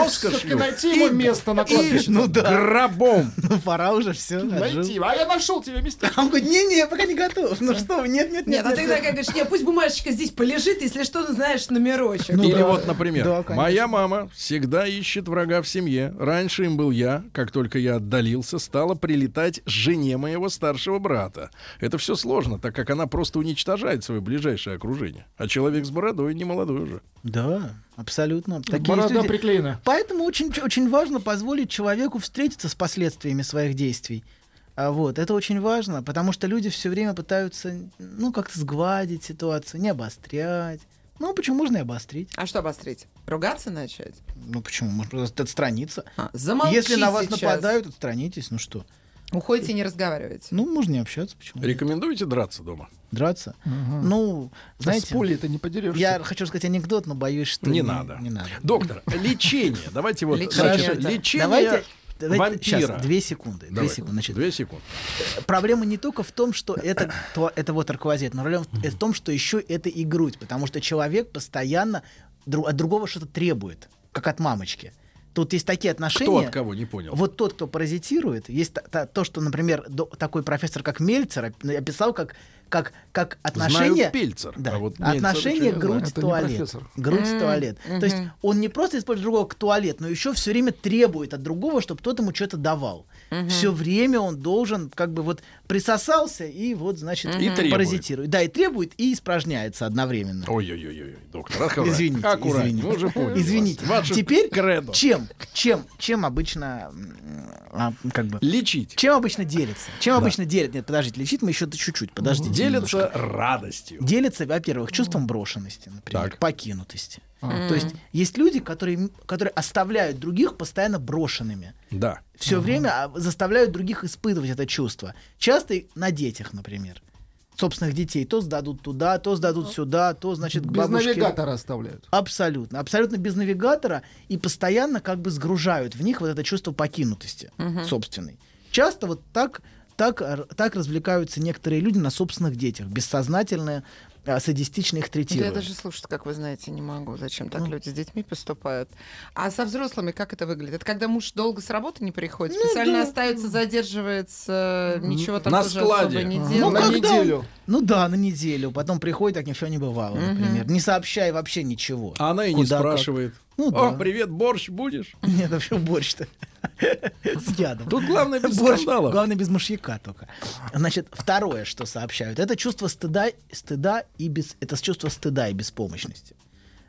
S3: роскошью
S5: найти ему место на
S3: и
S5: кладбище.
S3: ну да, гробом.
S6: ну, пора уже все.
S5: Найти. А я нашел тебе место.
S6: А он говорит, не-не, я пока не готов. Ну что, вы, нет, нет,
S4: Нет,
S6: нет.
S4: а ты
S6: нет,
S4: такая говоришь, нет, пусть бумажечка здесь полежит, если что, ты знаешь номерочек.
S6: Ну
S3: Или
S6: да.
S3: вот, например,
S6: Да, конечно.
S3: моя мама всегда ищет врага в семье. Раньше им был я. Как только я отдалился, стала прилетать жене моего старшего брата. Это все сложно, так как она просто уничтожает свое ближайшее окружение. А человек с бородой не молодой уже.
S6: Да, абсолютно. Такие есть
S5: Борода
S6: люди.
S5: приклеена.
S6: Поэтому очень, очень важно позволить человеку встретиться с последствиями своих действий. А вот, это очень важно, потому что люди все время пытаются, ну, как-то сгладить ситуацию, не обострять. Ну, почему можно и обострить?
S4: А что обострить? Ругаться начать?
S6: Ну, почему? Можно просто отстраниться.
S4: А, замолчи
S6: Если на вас
S4: сейчас.
S6: нападают, отстранитесь, ну что?
S4: Уходите и не разговаривайте.
S6: Ну, можно не общаться, почему?
S3: Рекомендуете драться дома?
S6: Драться. Ну, знаете,
S5: С пулей это не подерешься.
S6: я хочу сказать анекдот, но боюсь, что...
S3: Не надо.
S6: Не надо.
S3: Доктор, лечение. Давайте вот
S4: Лечение.
S3: значит,
S4: Хорошо.
S3: лечение
S6: Давайте, давайте
S3: вампира.
S6: сейчас, две секунды.
S3: Давай.
S6: Две секунды. Значит,
S3: Две секунды.
S6: проблема не только в том, что это, то- это вот но проблема в- в том, что еще это и грудь, потому что человек постоянно дру- от другого что-то требует, как от мамочки. Тут есть такие отношения.
S3: Кто от кого, не понял.
S6: Вот тот, кто паразитирует, есть та- та- то, что, например, до- такой профессор, как Мельцер, оп- описал как, как, как отношение...
S3: Знаю Пельцер,
S6: Да,
S3: а вот Мельцер
S6: отношение
S3: ничего не знаю.
S5: Это не
S6: грудь-туалет.
S5: профессор.
S6: Грудь-туалет. То есть он не просто использует другого к туалет, но еще все время требует от другого, чтобы тот ему что-то давал. Все время он должен как бы вот присосался и вот, значит,
S3: И требует.
S6: паразитирует. Да, и требует, и испражняется одновременно.
S3: Ой-ой-ой, доктор, аккуратнее.
S6: Извините,
S3: Аккуратнее,
S6: извините.
S3: мы Ну, уже поняли
S6: Извините.
S3: вас. Ваше
S6: Теперь
S3: кредо.
S6: чем, чем, чем обычно, м, а, как бы,
S3: Лечить.
S6: чем обычно делится? Чем обычно делят? Нет, подождите, лечить мы еще чуть-чуть, подождите. немножко.
S3: Делятся радостью.
S6: Делятся, во-первых, чувством брошенности, например,
S3: Так.
S6: покинутости. То есть есть люди, которые, м- которые оставляют других постоянно брошенными.
S3: Да.
S6: Все время а, заставляют других испытывать это чувство. Часто и на детях, например. Собственных детей. То сдадут туда, то сдадут сюда, то, значит, к
S5: Без
S6: бабушке.
S5: навигатора оставляют.
S6: Абсолютно. Абсолютно без навигатора и постоянно как бы сгружают в них вот это чувство покинутости собственной. Часто вот так, так, р- так развлекаются некоторые люди на собственных детях, бессознательно, а, садистично их
S4: Да я
S6: третируя.
S4: даже слушать, как вы знаете, не могу. Зачем так
S6: Ну.
S4: люди с детьми поступают? А со взрослыми как это выглядит? Это когда муж долго с работы не приходит,
S6: Ну
S4: специально
S6: да.
S4: остается, задерживается, ничего
S3: На
S4: там тоже
S3: складе.
S4: особо не
S6: Ну,
S4: делает.
S5: На
S6: когда он-
S5: неделю.
S6: Ну да, на неделю. Потом приходит, как ничего не бывало, например. Не сообщая вообще ничего.
S3: А она и не
S6: Куда, как.
S3: спрашивает.
S6: Ну
S3: О,
S6: да.
S3: привет, борщ будешь?
S6: Нет, вообще борщ-то. С ядом.
S3: Тут главное без
S6: Борщ,
S3: скандалов.
S6: Главное, без мужьяка только. Значит, второе, что сообщают, это чувство стыда, стыда и без, это чувство стыда и беспомощности.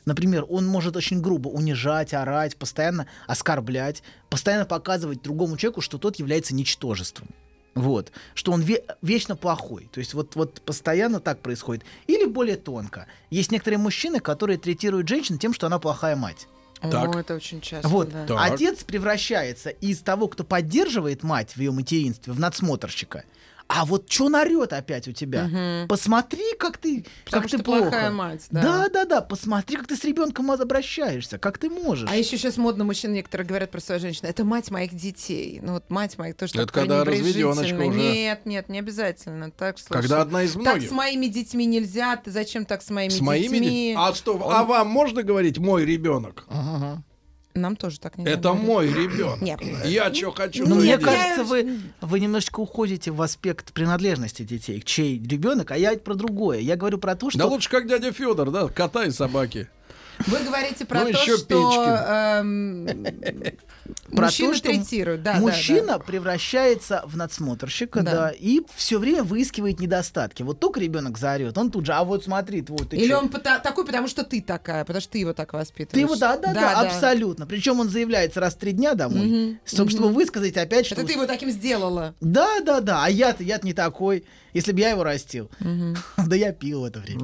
S6: Например, он может очень грубо унижать, орать, постоянно оскорблять, постоянно показывать другому человеку, что тот является ничтожеством. Вот. Что он ве- вечно плохой. То есть вот, вот постоянно так происходит. Или более тонко. Есть некоторые мужчины, которые третируют женщин тем, что она плохая мать.
S3: Так.
S4: О, это очень часто,
S6: Вот.
S4: да.
S3: Так.
S6: Отец превращается из того, кто поддерживает мать в ее материнстве, в надсмотрщика. А вот чё нарет опять у тебя?
S4: Мгм.
S6: Посмотри, как ты,
S4: Потому
S6: как
S4: что
S6: ты плохо.
S4: плохая мать, да.
S6: да, да, да, посмотри, как ты с ребенком обращаешься, как ты можешь.
S4: А еще сейчас модно мужчины некоторые говорят про свою женщину. Это мать моих детей. Ну вот мать моих тоже
S3: Это
S4: так
S3: когда
S4: пренебрежительно.
S3: разведёночка уже.
S4: Нет, нет, не обязательно. Так слушай.
S3: Когда одна из
S4: Так
S3: многих.
S4: с моими детьми нельзя. Ты зачем так с моими
S3: С моими
S4: детьми?
S3: детьми? А что, а вам можно говорить мой ребенок?
S6: Ага.
S4: Нам тоже так нельзя.
S3: Это
S4: говорить.
S3: мой ребенок.
S4: Нет.
S3: Я что хочу,
S6: Ну,
S3: то и
S6: мне
S3: делаю.
S6: кажется, вы, вы немножечко уходите в аспект принадлежности детей, чей ребенок, а я ведь про другое. Я говорю про то, что...
S3: Да лучше как дядя Федор, да, кота и собаки.
S4: Вы говорите про
S3: Ну,
S4: то,
S3: еще
S4: что
S3: Печкин.
S4: эм,
S6: Про
S4: мужчины
S6: то, что
S4: третируют. Да, да,
S6: мужчина превращается в надсмотрщика, да.
S4: Да.
S6: и все время выискивает недостатки. Вот только ребенок заорет, он тут же, а вот смотри, вот
S4: да.
S6: ты
S4: Или
S6: чё?»
S4: он пота- такой, потому что ты такая, потому что ты его так воспитываешь.
S6: Ты его, да, да, да, абсолютно. Причем он заявляется раз в три дня домой,
S4: Мгм,
S6: чтоб- чтобы, высказать опять, что...
S4: Это ты его таким сделала.
S6: Да, да, да, а я-то, я-то не такой, если бы я его растил. Да я пил в это время.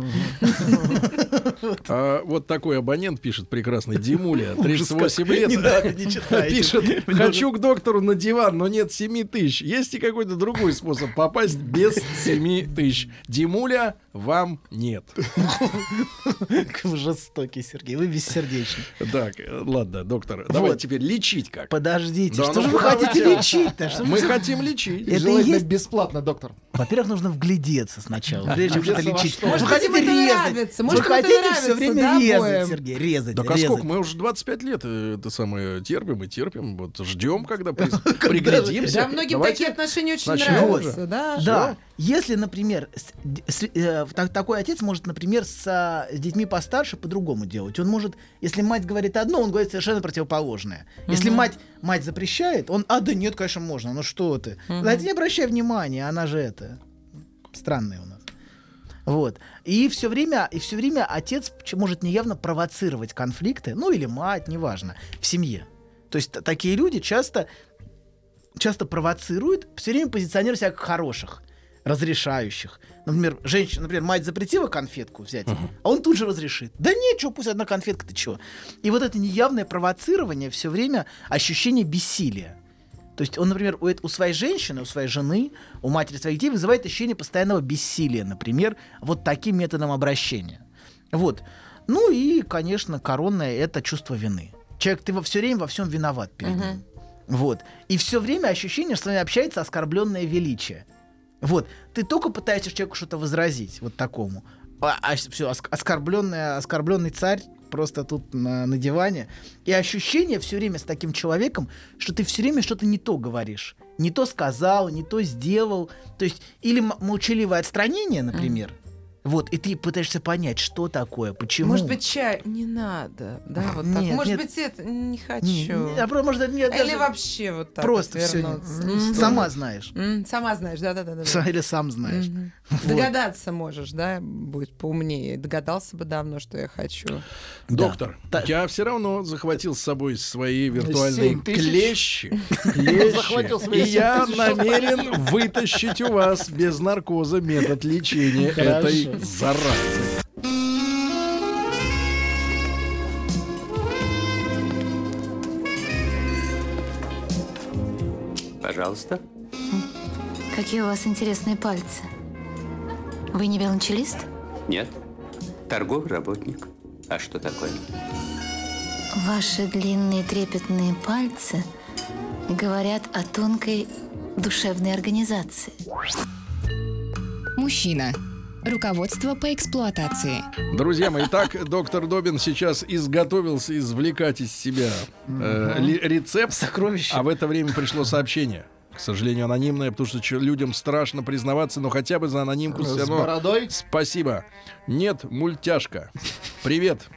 S3: А, вот такой абонент пишет прекрасный Димуля, 38
S6: Не
S3: лет.
S6: надо, не читайте.
S3: Пишет, хочу к доктору на диван, но нет 7 тысяч. Есть ли какой-то другой способ попасть без 7 тысяч? Димуля, вам нет.
S6: Как вы жестокий, Сергей, вы бессердечный.
S3: Так, э, ладно, доктор, давай
S6: Вот.
S3: теперь лечить как.
S6: Подождите,
S3: Да
S6: что
S3: ну
S6: же вы
S3: давайте.
S6: хотите лечить-то? Что
S3: Мы
S6: вы-
S3: хотим лечить.
S6: Это и
S5: желательно
S6: есть-
S5: бесплатно, доктор.
S6: Во-первых, нужно вглядеться сначала, прежде чем что-то
S5: Вглядеться во
S6: лечить.
S5: что?
S6: Вы
S4: Может,
S6: хотите
S4: кому-то
S6: резать.
S4: нравится,
S6: Вы
S4: может, кому-то
S6: хотите все
S4: нравится,
S6: время
S4: да,
S6: резать,
S4: обоим?
S6: Сергей, резать,
S3: Да а сколько?
S6: резать.
S3: Мы уже 25 лет э, это самое терпим и терпим. Вот ждем, когда при-
S4: Да,
S3: приглядимся.
S4: многим
S3: Давайте.
S4: такие отношения очень
S3: начнем
S4: нравятся,
S3: уже.
S4: да.
S6: Да, если, например, с- д- с- э, в- так- такой отец может, например, с а, с детьми постарше по-другому делать. Он может, если мать говорит одно, он говорит совершенно противоположное. Если мать, мать запрещает, он, а да нет, конечно, можно, ну что ты. Да ты не обращай внимания, она же это, странная у нас. Вот. И все время, и все время отец ч- может неявно провоцировать конфликты, ну или мать, неважно, в семье. То есть т- такие люди часто, часто провоцируют, все время позиционируют себя как хороших, разрешающих. Например, женщина, например, мать запретила конфетку взять, а он тут же разрешит. Да нечего, пусть одна конфетка, ты чего? И вот это неявное провоцирование все время ощущение бессилия. То есть он, например, у, эт- у своей женщины, у своей жены, у матери своих детей вызывает ощущение постоянного бессилия, например, вот таким методом обращения. Вот. Ну и, конечно, коронное это чувство вины. Человек, ты во все время во всем виноват перед
S4: Мгм.
S6: ним. Вот. И все время ощущение, что с вами общается оскорбленное величие. Вот. Ты только пытаешься человеку что-то возразить, вот такому. А, все, оскорбленный, оскорбленный царь просто тут на, на диване. И ощущение все время с таким человеком, что ты все время что-то не то говоришь. Не то сказал, не то сделал. То есть, или м- молчаливое отстранение, например. Вот, и ты пытаешься понять, что такое, почему.
S4: Может быть, чай не надо. Да, вот так.
S6: Нет,
S4: Может
S6: нет.
S4: быть, это не хочу.
S6: Не, не, а про- может, не-
S4: Или
S6: даже
S4: вообще вот так
S6: просто
S4: вот
S6: всё не-
S4: вернуться.
S6: м,
S4: М.
S6: сама знаешь.
S4: М, Сама знаешь, да-да-да.
S6: Са- Или сам знаешь.
S4: Мгм.
S6: Вот.
S4: Догадаться можешь, да, будет поумнее. Догадался бы давно, что я хочу.
S3: Доктор,
S6: Да.
S3: я все равно захватил с собой свои виртуальные
S5: Семь тысяч?
S3: клещи.
S5: Захватил
S3: клещи.
S5: свои
S3: И
S5: семь
S3: я
S5: тысяч,
S3: намерен вытащить у вас без наркоза метод лечения этой заразы.
S7: Пожалуйста.
S1: Какие у вас интересные пальцы. Вы не велончелист?
S7: Нет. Торговый работник. А что такое?
S1: Ваши длинные трепетные пальцы говорят о тонкой душевной организации.
S2: Мужчина. Руководство по эксплуатации.
S3: Друзья мои, так доктор Добин сейчас изготовился извлекать из себя э, ли- рецепт.
S6: Сокровище.
S3: А в это время пришло сообщение. К сожалению, анонимное, потому что че- людям страшно признаваться, но хотя бы за анонимку все
S5: С
S3: равно.
S5: бородой.
S3: Спасибо. Нет, мультяшка. Привет.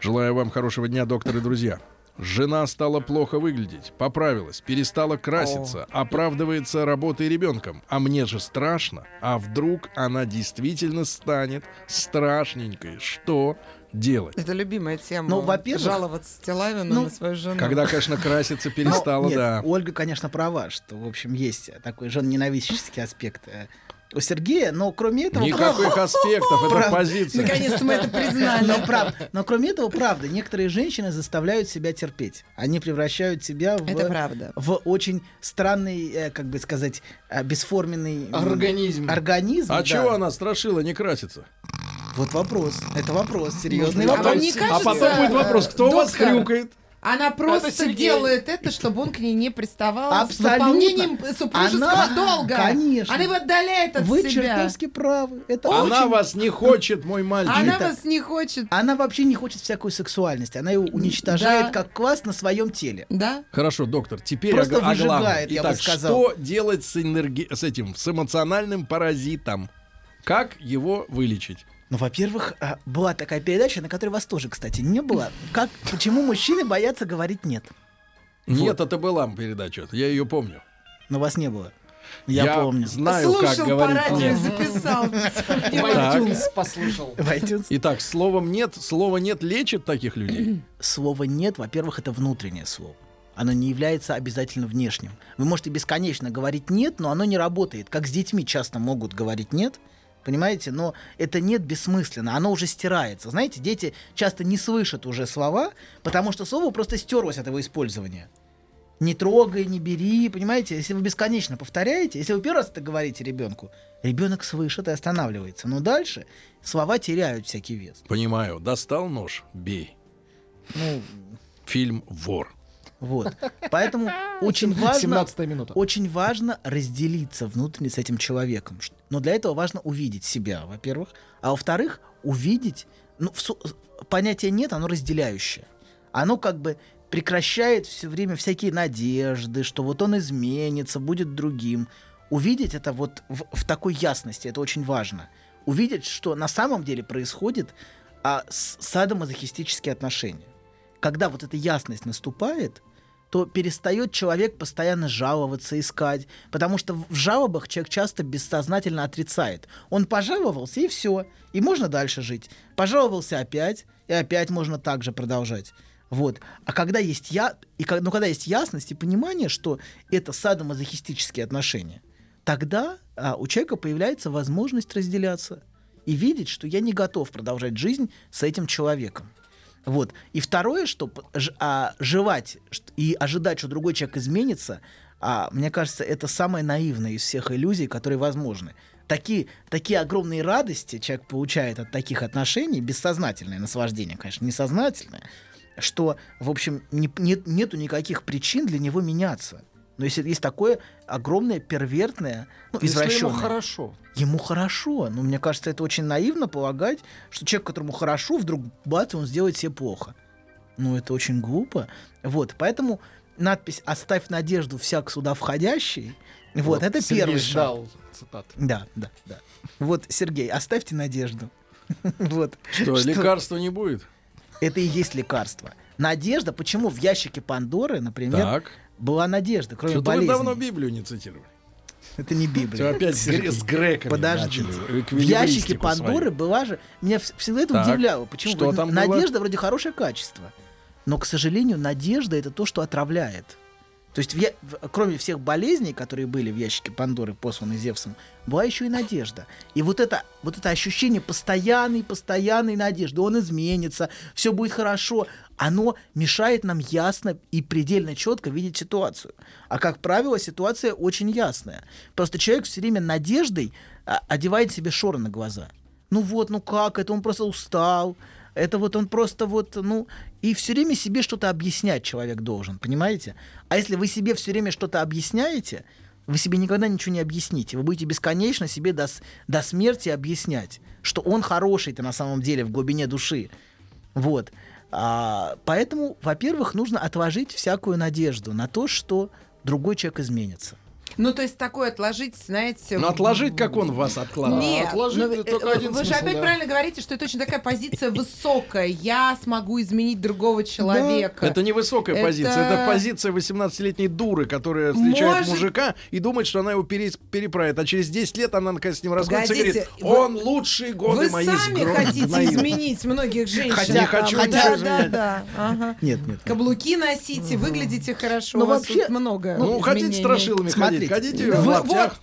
S3: Желаю вам хорошего дня, доктор и друзья. Жена стала плохо выглядеть, поправилась, перестала краситься, оправдывается работой и ребенком. А мне же страшно. А вдруг она действительно станет страшненькой? Что? делать?
S4: Это любимая тема.
S6: Ну, во-первых,
S4: жаловаться Телавину
S6: ну,
S4: на свою жену.
S3: Когда, конечно, краситься
S6: Ну,
S3: перестала,
S6: нет,
S3: да.
S6: Ольга, конечно, права, что, в общем, есть такой женоненавистнический аспект э, у Сергея, но кроме этого...
S3: Никаких аспектов, это
S6: Правда.
S3: позиция.
S4: Наконец-то мы это признали.
S6: Но, прав- но кроме этого, правда, некоторые женщины заставляют себя терпеть. Они превращают себя в,
S4: Это правда.
S6: в очень странный, э, как бы сказать, э, бесформенный м,
S5: Организм.
S6: организм.
S3: А
S6: да.
S3: чего она страшила не краситься?
S6: Вот вопрос. Это вопрос, серьезный
S4: быть,
S6: вопрос.
S4: А вам не
S3: а
S4: кажется,
S3: потом будет вопрос, кто у вас
S4: доктор,
S3: хрюкает?
S6: А
S4: Она просто
S5: Сергей.
S4: делает это, чтобы он к ней не приставал
S6: Абсолютно.
S4: с выполнением супружеского
S6: Она-
S4: долга.
S6: Конечно.
S4: Она его отдаляет от
S6: Вы
S4: себя.
S6: чертовски правы. Это
S3: Она
S6: очень-
S3: вас не хочет, мой мальчик.
S4: Она
S6: Это-
S4: вас не хочет.
S6: Она вообще не хочет всякую сексуальность. Она ее уничтожает как класс на своем теле.
S4: Да?
S3: Хорошо, доктор, теперь
S6: Просто
S3: о, г- о
S6: выжигает,
S3: главном.
S6: я бы
S3: Итак,
S6: сказал.
S3: что делать с, энерги- с этим, с эмоциональным паразитом? Как его вылечить?
S6: Ну, во-первых, а, была такая передача, на которой вас тоже, кстати, не было. Как, почему мужчины боятся говорить нет?
S3: Нет, это была передача, я ее помню.
S6: Но Ну, вас не было. Я, помню.
S3: знаю,
S4: Слушал
S3: как
S4: по
S3: говорить
S4: радио и
S3: «нет».
S4: записал.
S5: В
S3: Так.
S5: iTunes послушал.
S6: В iTunes.
S3: Итак, словом «нет», слово «нет» лечит таких людей?
S6: Слово «нет», во-первых, это внутреннее слово. Оно не является обязательно внешним. Вы можете бесконечно говорить «нет», но оно не работает. Как с детьми часто могут говорить «нет», понимаете? Но это «нет» бессмысленно, оно уже стирается. Знаете, дети часто не слышат уже слова, потому что слово просто стерлось от его использования. Не трогай, не бери, понимаете? Если вы бесконечно повторяете, если вы первый раз это говорите ребенку, ребенок слышит и останавливается. Но дальше слова теряют всякий вес.
S3: Понимаю, достал нож, бей.
S6: Ну,
S3: Фильм «Вор».
S6: Вот. Поэтому очень важно,
S5: 17 минута.
S6: очень важно разделиться внутренне с этим человеком. Ш- Но для этого важно увидеть себя, во-первых. А во-вторых, увидеть... Ну, в су- понятие «нет», оно разделяющее. Оно как бы прекращает все время всякие надежды, что вот он изменится, будет другим. Увидеть это вот в, в такой ясности, это очень важно. Увидеть, что на самом деле происходит а, с- садомазохистические отношения. Когда вот эта ясность наступает, то перестает человек постоянно жаловаться, искать. Потому что в в жалобах человек часто бессознательно отрицает. Он пожаловался, и все. И можно дальше жить. Пожаловался опять, и опять можно так же продолжать. Вот. А когда есть я... И, ко- ну, когда есть ясность и понимание, что это садомазохистические отношения, тогда а, у человека появляется возможность разделяться и видеть, что я не готов продолжать жизнь с этим человеком. Вот. И второе, что п- ж- а, жевать шт- и ожидать, что другой человек изменится, а, мне кажется, это самая наивная из всех иллюзий, которые возможны. Такие, такие огромные радости человек получает от таких отношений, бессознательное наслаждение, конечно, несознательное, что, в общем, не- нет, нету никаких причин для него меняться. Но если есть такое огромное, первертное, ну,
S5: Если ему
S6: извращенное.
S5: хорошо.
S6: Ему хорошо. Ну, мне кажется, это очень наивно полагать, что человек, которому хорошо, вдруг бац, он сделает себе плохо. Ну, это очень глупо. Вот, поэтому надпись «Оставь надежду всяк сюда входящий» Вот, это
S5: Сергей
S6: первый шаг.
S5: ждал цитат.
S6: Да, да, да. Вот, Сергей, оставьте надежду. Вот.
S3: Что, лекарства не будет?
S6: Это и есть лекарство. Надежда, почему в ящике Пандоры, например,
S3: Так.
S6: была надежда, кроме
S3: Что-то вы давно
S6: болезни.
S3: Библию не цитировали.
S6: Это не
S3: Всё,
S6: Библия.
S3: опять э, с гре- с греками
S6: Подождите.
S3: начали
S6: В ящике
S3: эквилибристику свою.
S6: Пандоры была же... Меня вс- всегда это
S3: Так,
S6: удивляло. Почему?
S3: что
S6: Вроде
S3: там было?
S6: надежда вроде хорошее качество. Но, к сожалению, надежда — это то, что отравляет. То есть, в я- в- кроме всех болезней, которые были в ящике Пандоры, посланы Зевсом, была еще и надежда. И вот это, вот это ощущение постоянной, постоянной надежды, он изменится, все будет хорошо, оно мешает нам ясно и предельно четко видеть ситуацию. А как правило, ситуация очень ясная. Просто человек все время надеждой а, одевает себе шоры на глаза. Ну вот, ну как, это он просто устал, это вот он просто вот, ну, и все время себе что-то объяснять человек должен, понимаете? А если вы себе все время что-то объясняете, вы себе никогда ничего не объясните. Вы будете бесконечно себе до, с- до смерти объяснять, что он хороший-то на самом деле в глубине души. Вот. А, поэтому, во-первых, нужно отложить всякую надежду на то, что другой человек изменится.
S4: Ну, то есть такое отложить, знаете...
S3: Но
S4: в-
S3: Ну, отложить, как он вас откладывал.
S4: Нет,
S5: отложить
S4: но вы-
S5: это только
S4: э,
S5: один
S4: вы же
S5: смысл,
S4: опять
S5: да.
S4: правильно говорите, что это очень такая позиция высокая. Я смогу изменить другого человека.
S3: Это не высокая
S4: Это-
S3: позиция, это позиция 18-летней дуры, которая встречает
S4: Может-
S3: мужика и думает, что она его пере- переправит. А через 10 лет она наконец с ним расходится и говорит,
S4: Погодите, вы-
S3: он лучшие годы
S4: Вы
S3: мои
S4: сами
S3: сгро-
S4: хотите
S3: сгноил».
S4: изменить многих женщин.
S3: Хотя-
S4: там.
S3: хочу
S4: да,
S3: ничего
S4: да,
S3: изменять.
S4: да, ага.
S6: Нет, нет.
S4: Каблуки носите, выглядите хорошо.
S6: Ну,
S4: у вас
S6: вообще-
S4: тут много.
S3: Ну, хотите
S4: изменений.
S3: страшилами
S6: Смотрите,
S3: ходить, ходите
S6: да.
S3: в
S6: Вы-
S3: лаптях.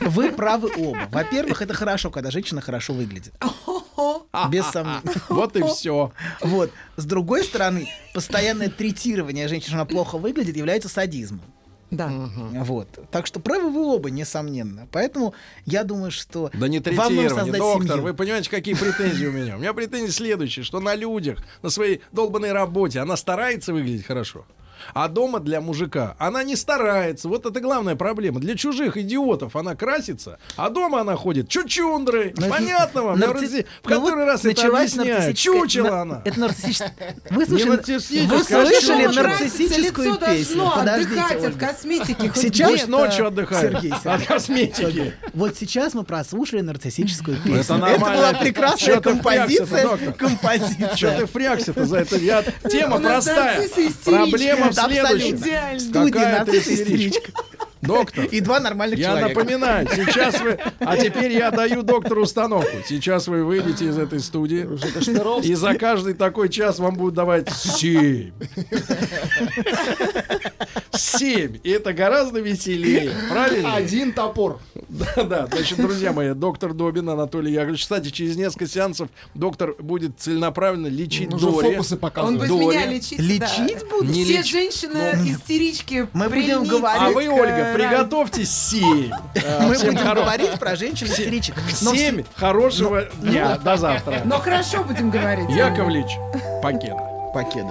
S6: Вы правы оба. Во-первых, это хорошо, когда женщина хорошо выглядит.
S4: Хо-хо.
S6: Без сомнений.
S3: Вот и все.
S6: Вот. С другой стороны, постоянное третирование женщин, что она плохо выглядит, является садизмом.
S4: Да.
S6: Вот. Так что правы вы оба, несомненно. Поэтому я думаю, что
S3: Да не
S6: вам нужно
S3: третирование,
S6: создать
S3: доктор,
S6: семью.
S3: вы понимаете, какие претензии у меня? У меня претензии следующие, что на людях, на своей долбанной работе она старается выглядеть хорошо, а дома для мужика она не старается. Вот это главная проблема. Для чужих идиотов она красится, а дома она ходит чучундрой.
S6: Ну, это-
S3: Понятно вам? Я
S6: нарци-
S3: в раз- В
S6: Ну, вот
S3: который раз это
S6: началась
S3: объясняю.
S6: нарциссическая-
S3: Чучела
S6: на-
S3: она.
S6: Это нарциссическая... Вы слышали,
S3: нарциссическая,
S6: вы
S3: а
S6: слышали
S3: чучела.
S6: нарциссическую
S4: Лицо
S6: песню?
S4: должно
S6: Подождите,
S4: отдыхать от
S6: Ольга.
S4: косметики. хоть
S6: Сейчас
S3: Пусть
S4: где-то.
S3: ночью отдыхает.
S6: Сергей,
S3: От
S6: Сергей.
S3: косметики.
S6: Вот сейчас мы прослушали нарциссическую песню.
S3: нормально.
S6: была
S3: Чё ты впрягся-то,
S6: прекрасная композиция.
S3: доктор? Что ты
S6: Композиция.
S3: фрягся-то за это? Я... Тема
S4: У нас
S3: простая.
S4: нарциссы истерички.
S3: Проблема в
S6: Да,
S3: следующем.
S6: абсолютно. В студии
S3: Какая ты
S6: нарцисс
S3: истеричка.
S6: истеричка.
S3: Доктор,
S6: И два нормальных
S3: я
S6: человека.
S3: напоминаю, сейчас вы... А теперь я даю доктору установку. Сейчас вы выйдете из этой студии, и за каждый такой час вам будут давать семь. Семь. И это гораздо веселее. Правильно?
S5: Один топор.
S3: Да, да. Значит, друзья мои, доктор Добин Анатолий Яковлевич. Кстати, через несколько сеансов доктор будет целенаправленно лечить
S6: Ну,
S5: Нужно
S3: Дори.
S5: фокусы
S4: Он
S5: показывать.
S4: будет
S3: Доля.
S4: меня лечить.
S6: Лечить
S4: да.
S6: будут?
S3: Не
S4: Все
S3: лечь.
S4: женщины истерички.
S6: Мы будем
S4: прильните
S6: говорить.
S3: А вы,
S4: к,
S3: Ольга,
S4: э,
S3: приготовьтесь семь. А,
S6: Мы
S3: всем
S6: будем
S3: хоро-
S6: говорить Ну, про женщин-истеричек. Но в
S3: Семь хорошего дня.
S6: ну.
S3: До
S4: ран.
S3: завтра.
S4: Но хорошо будем говорить.
S3: Яковлевич, пакет.
S6: пакеты.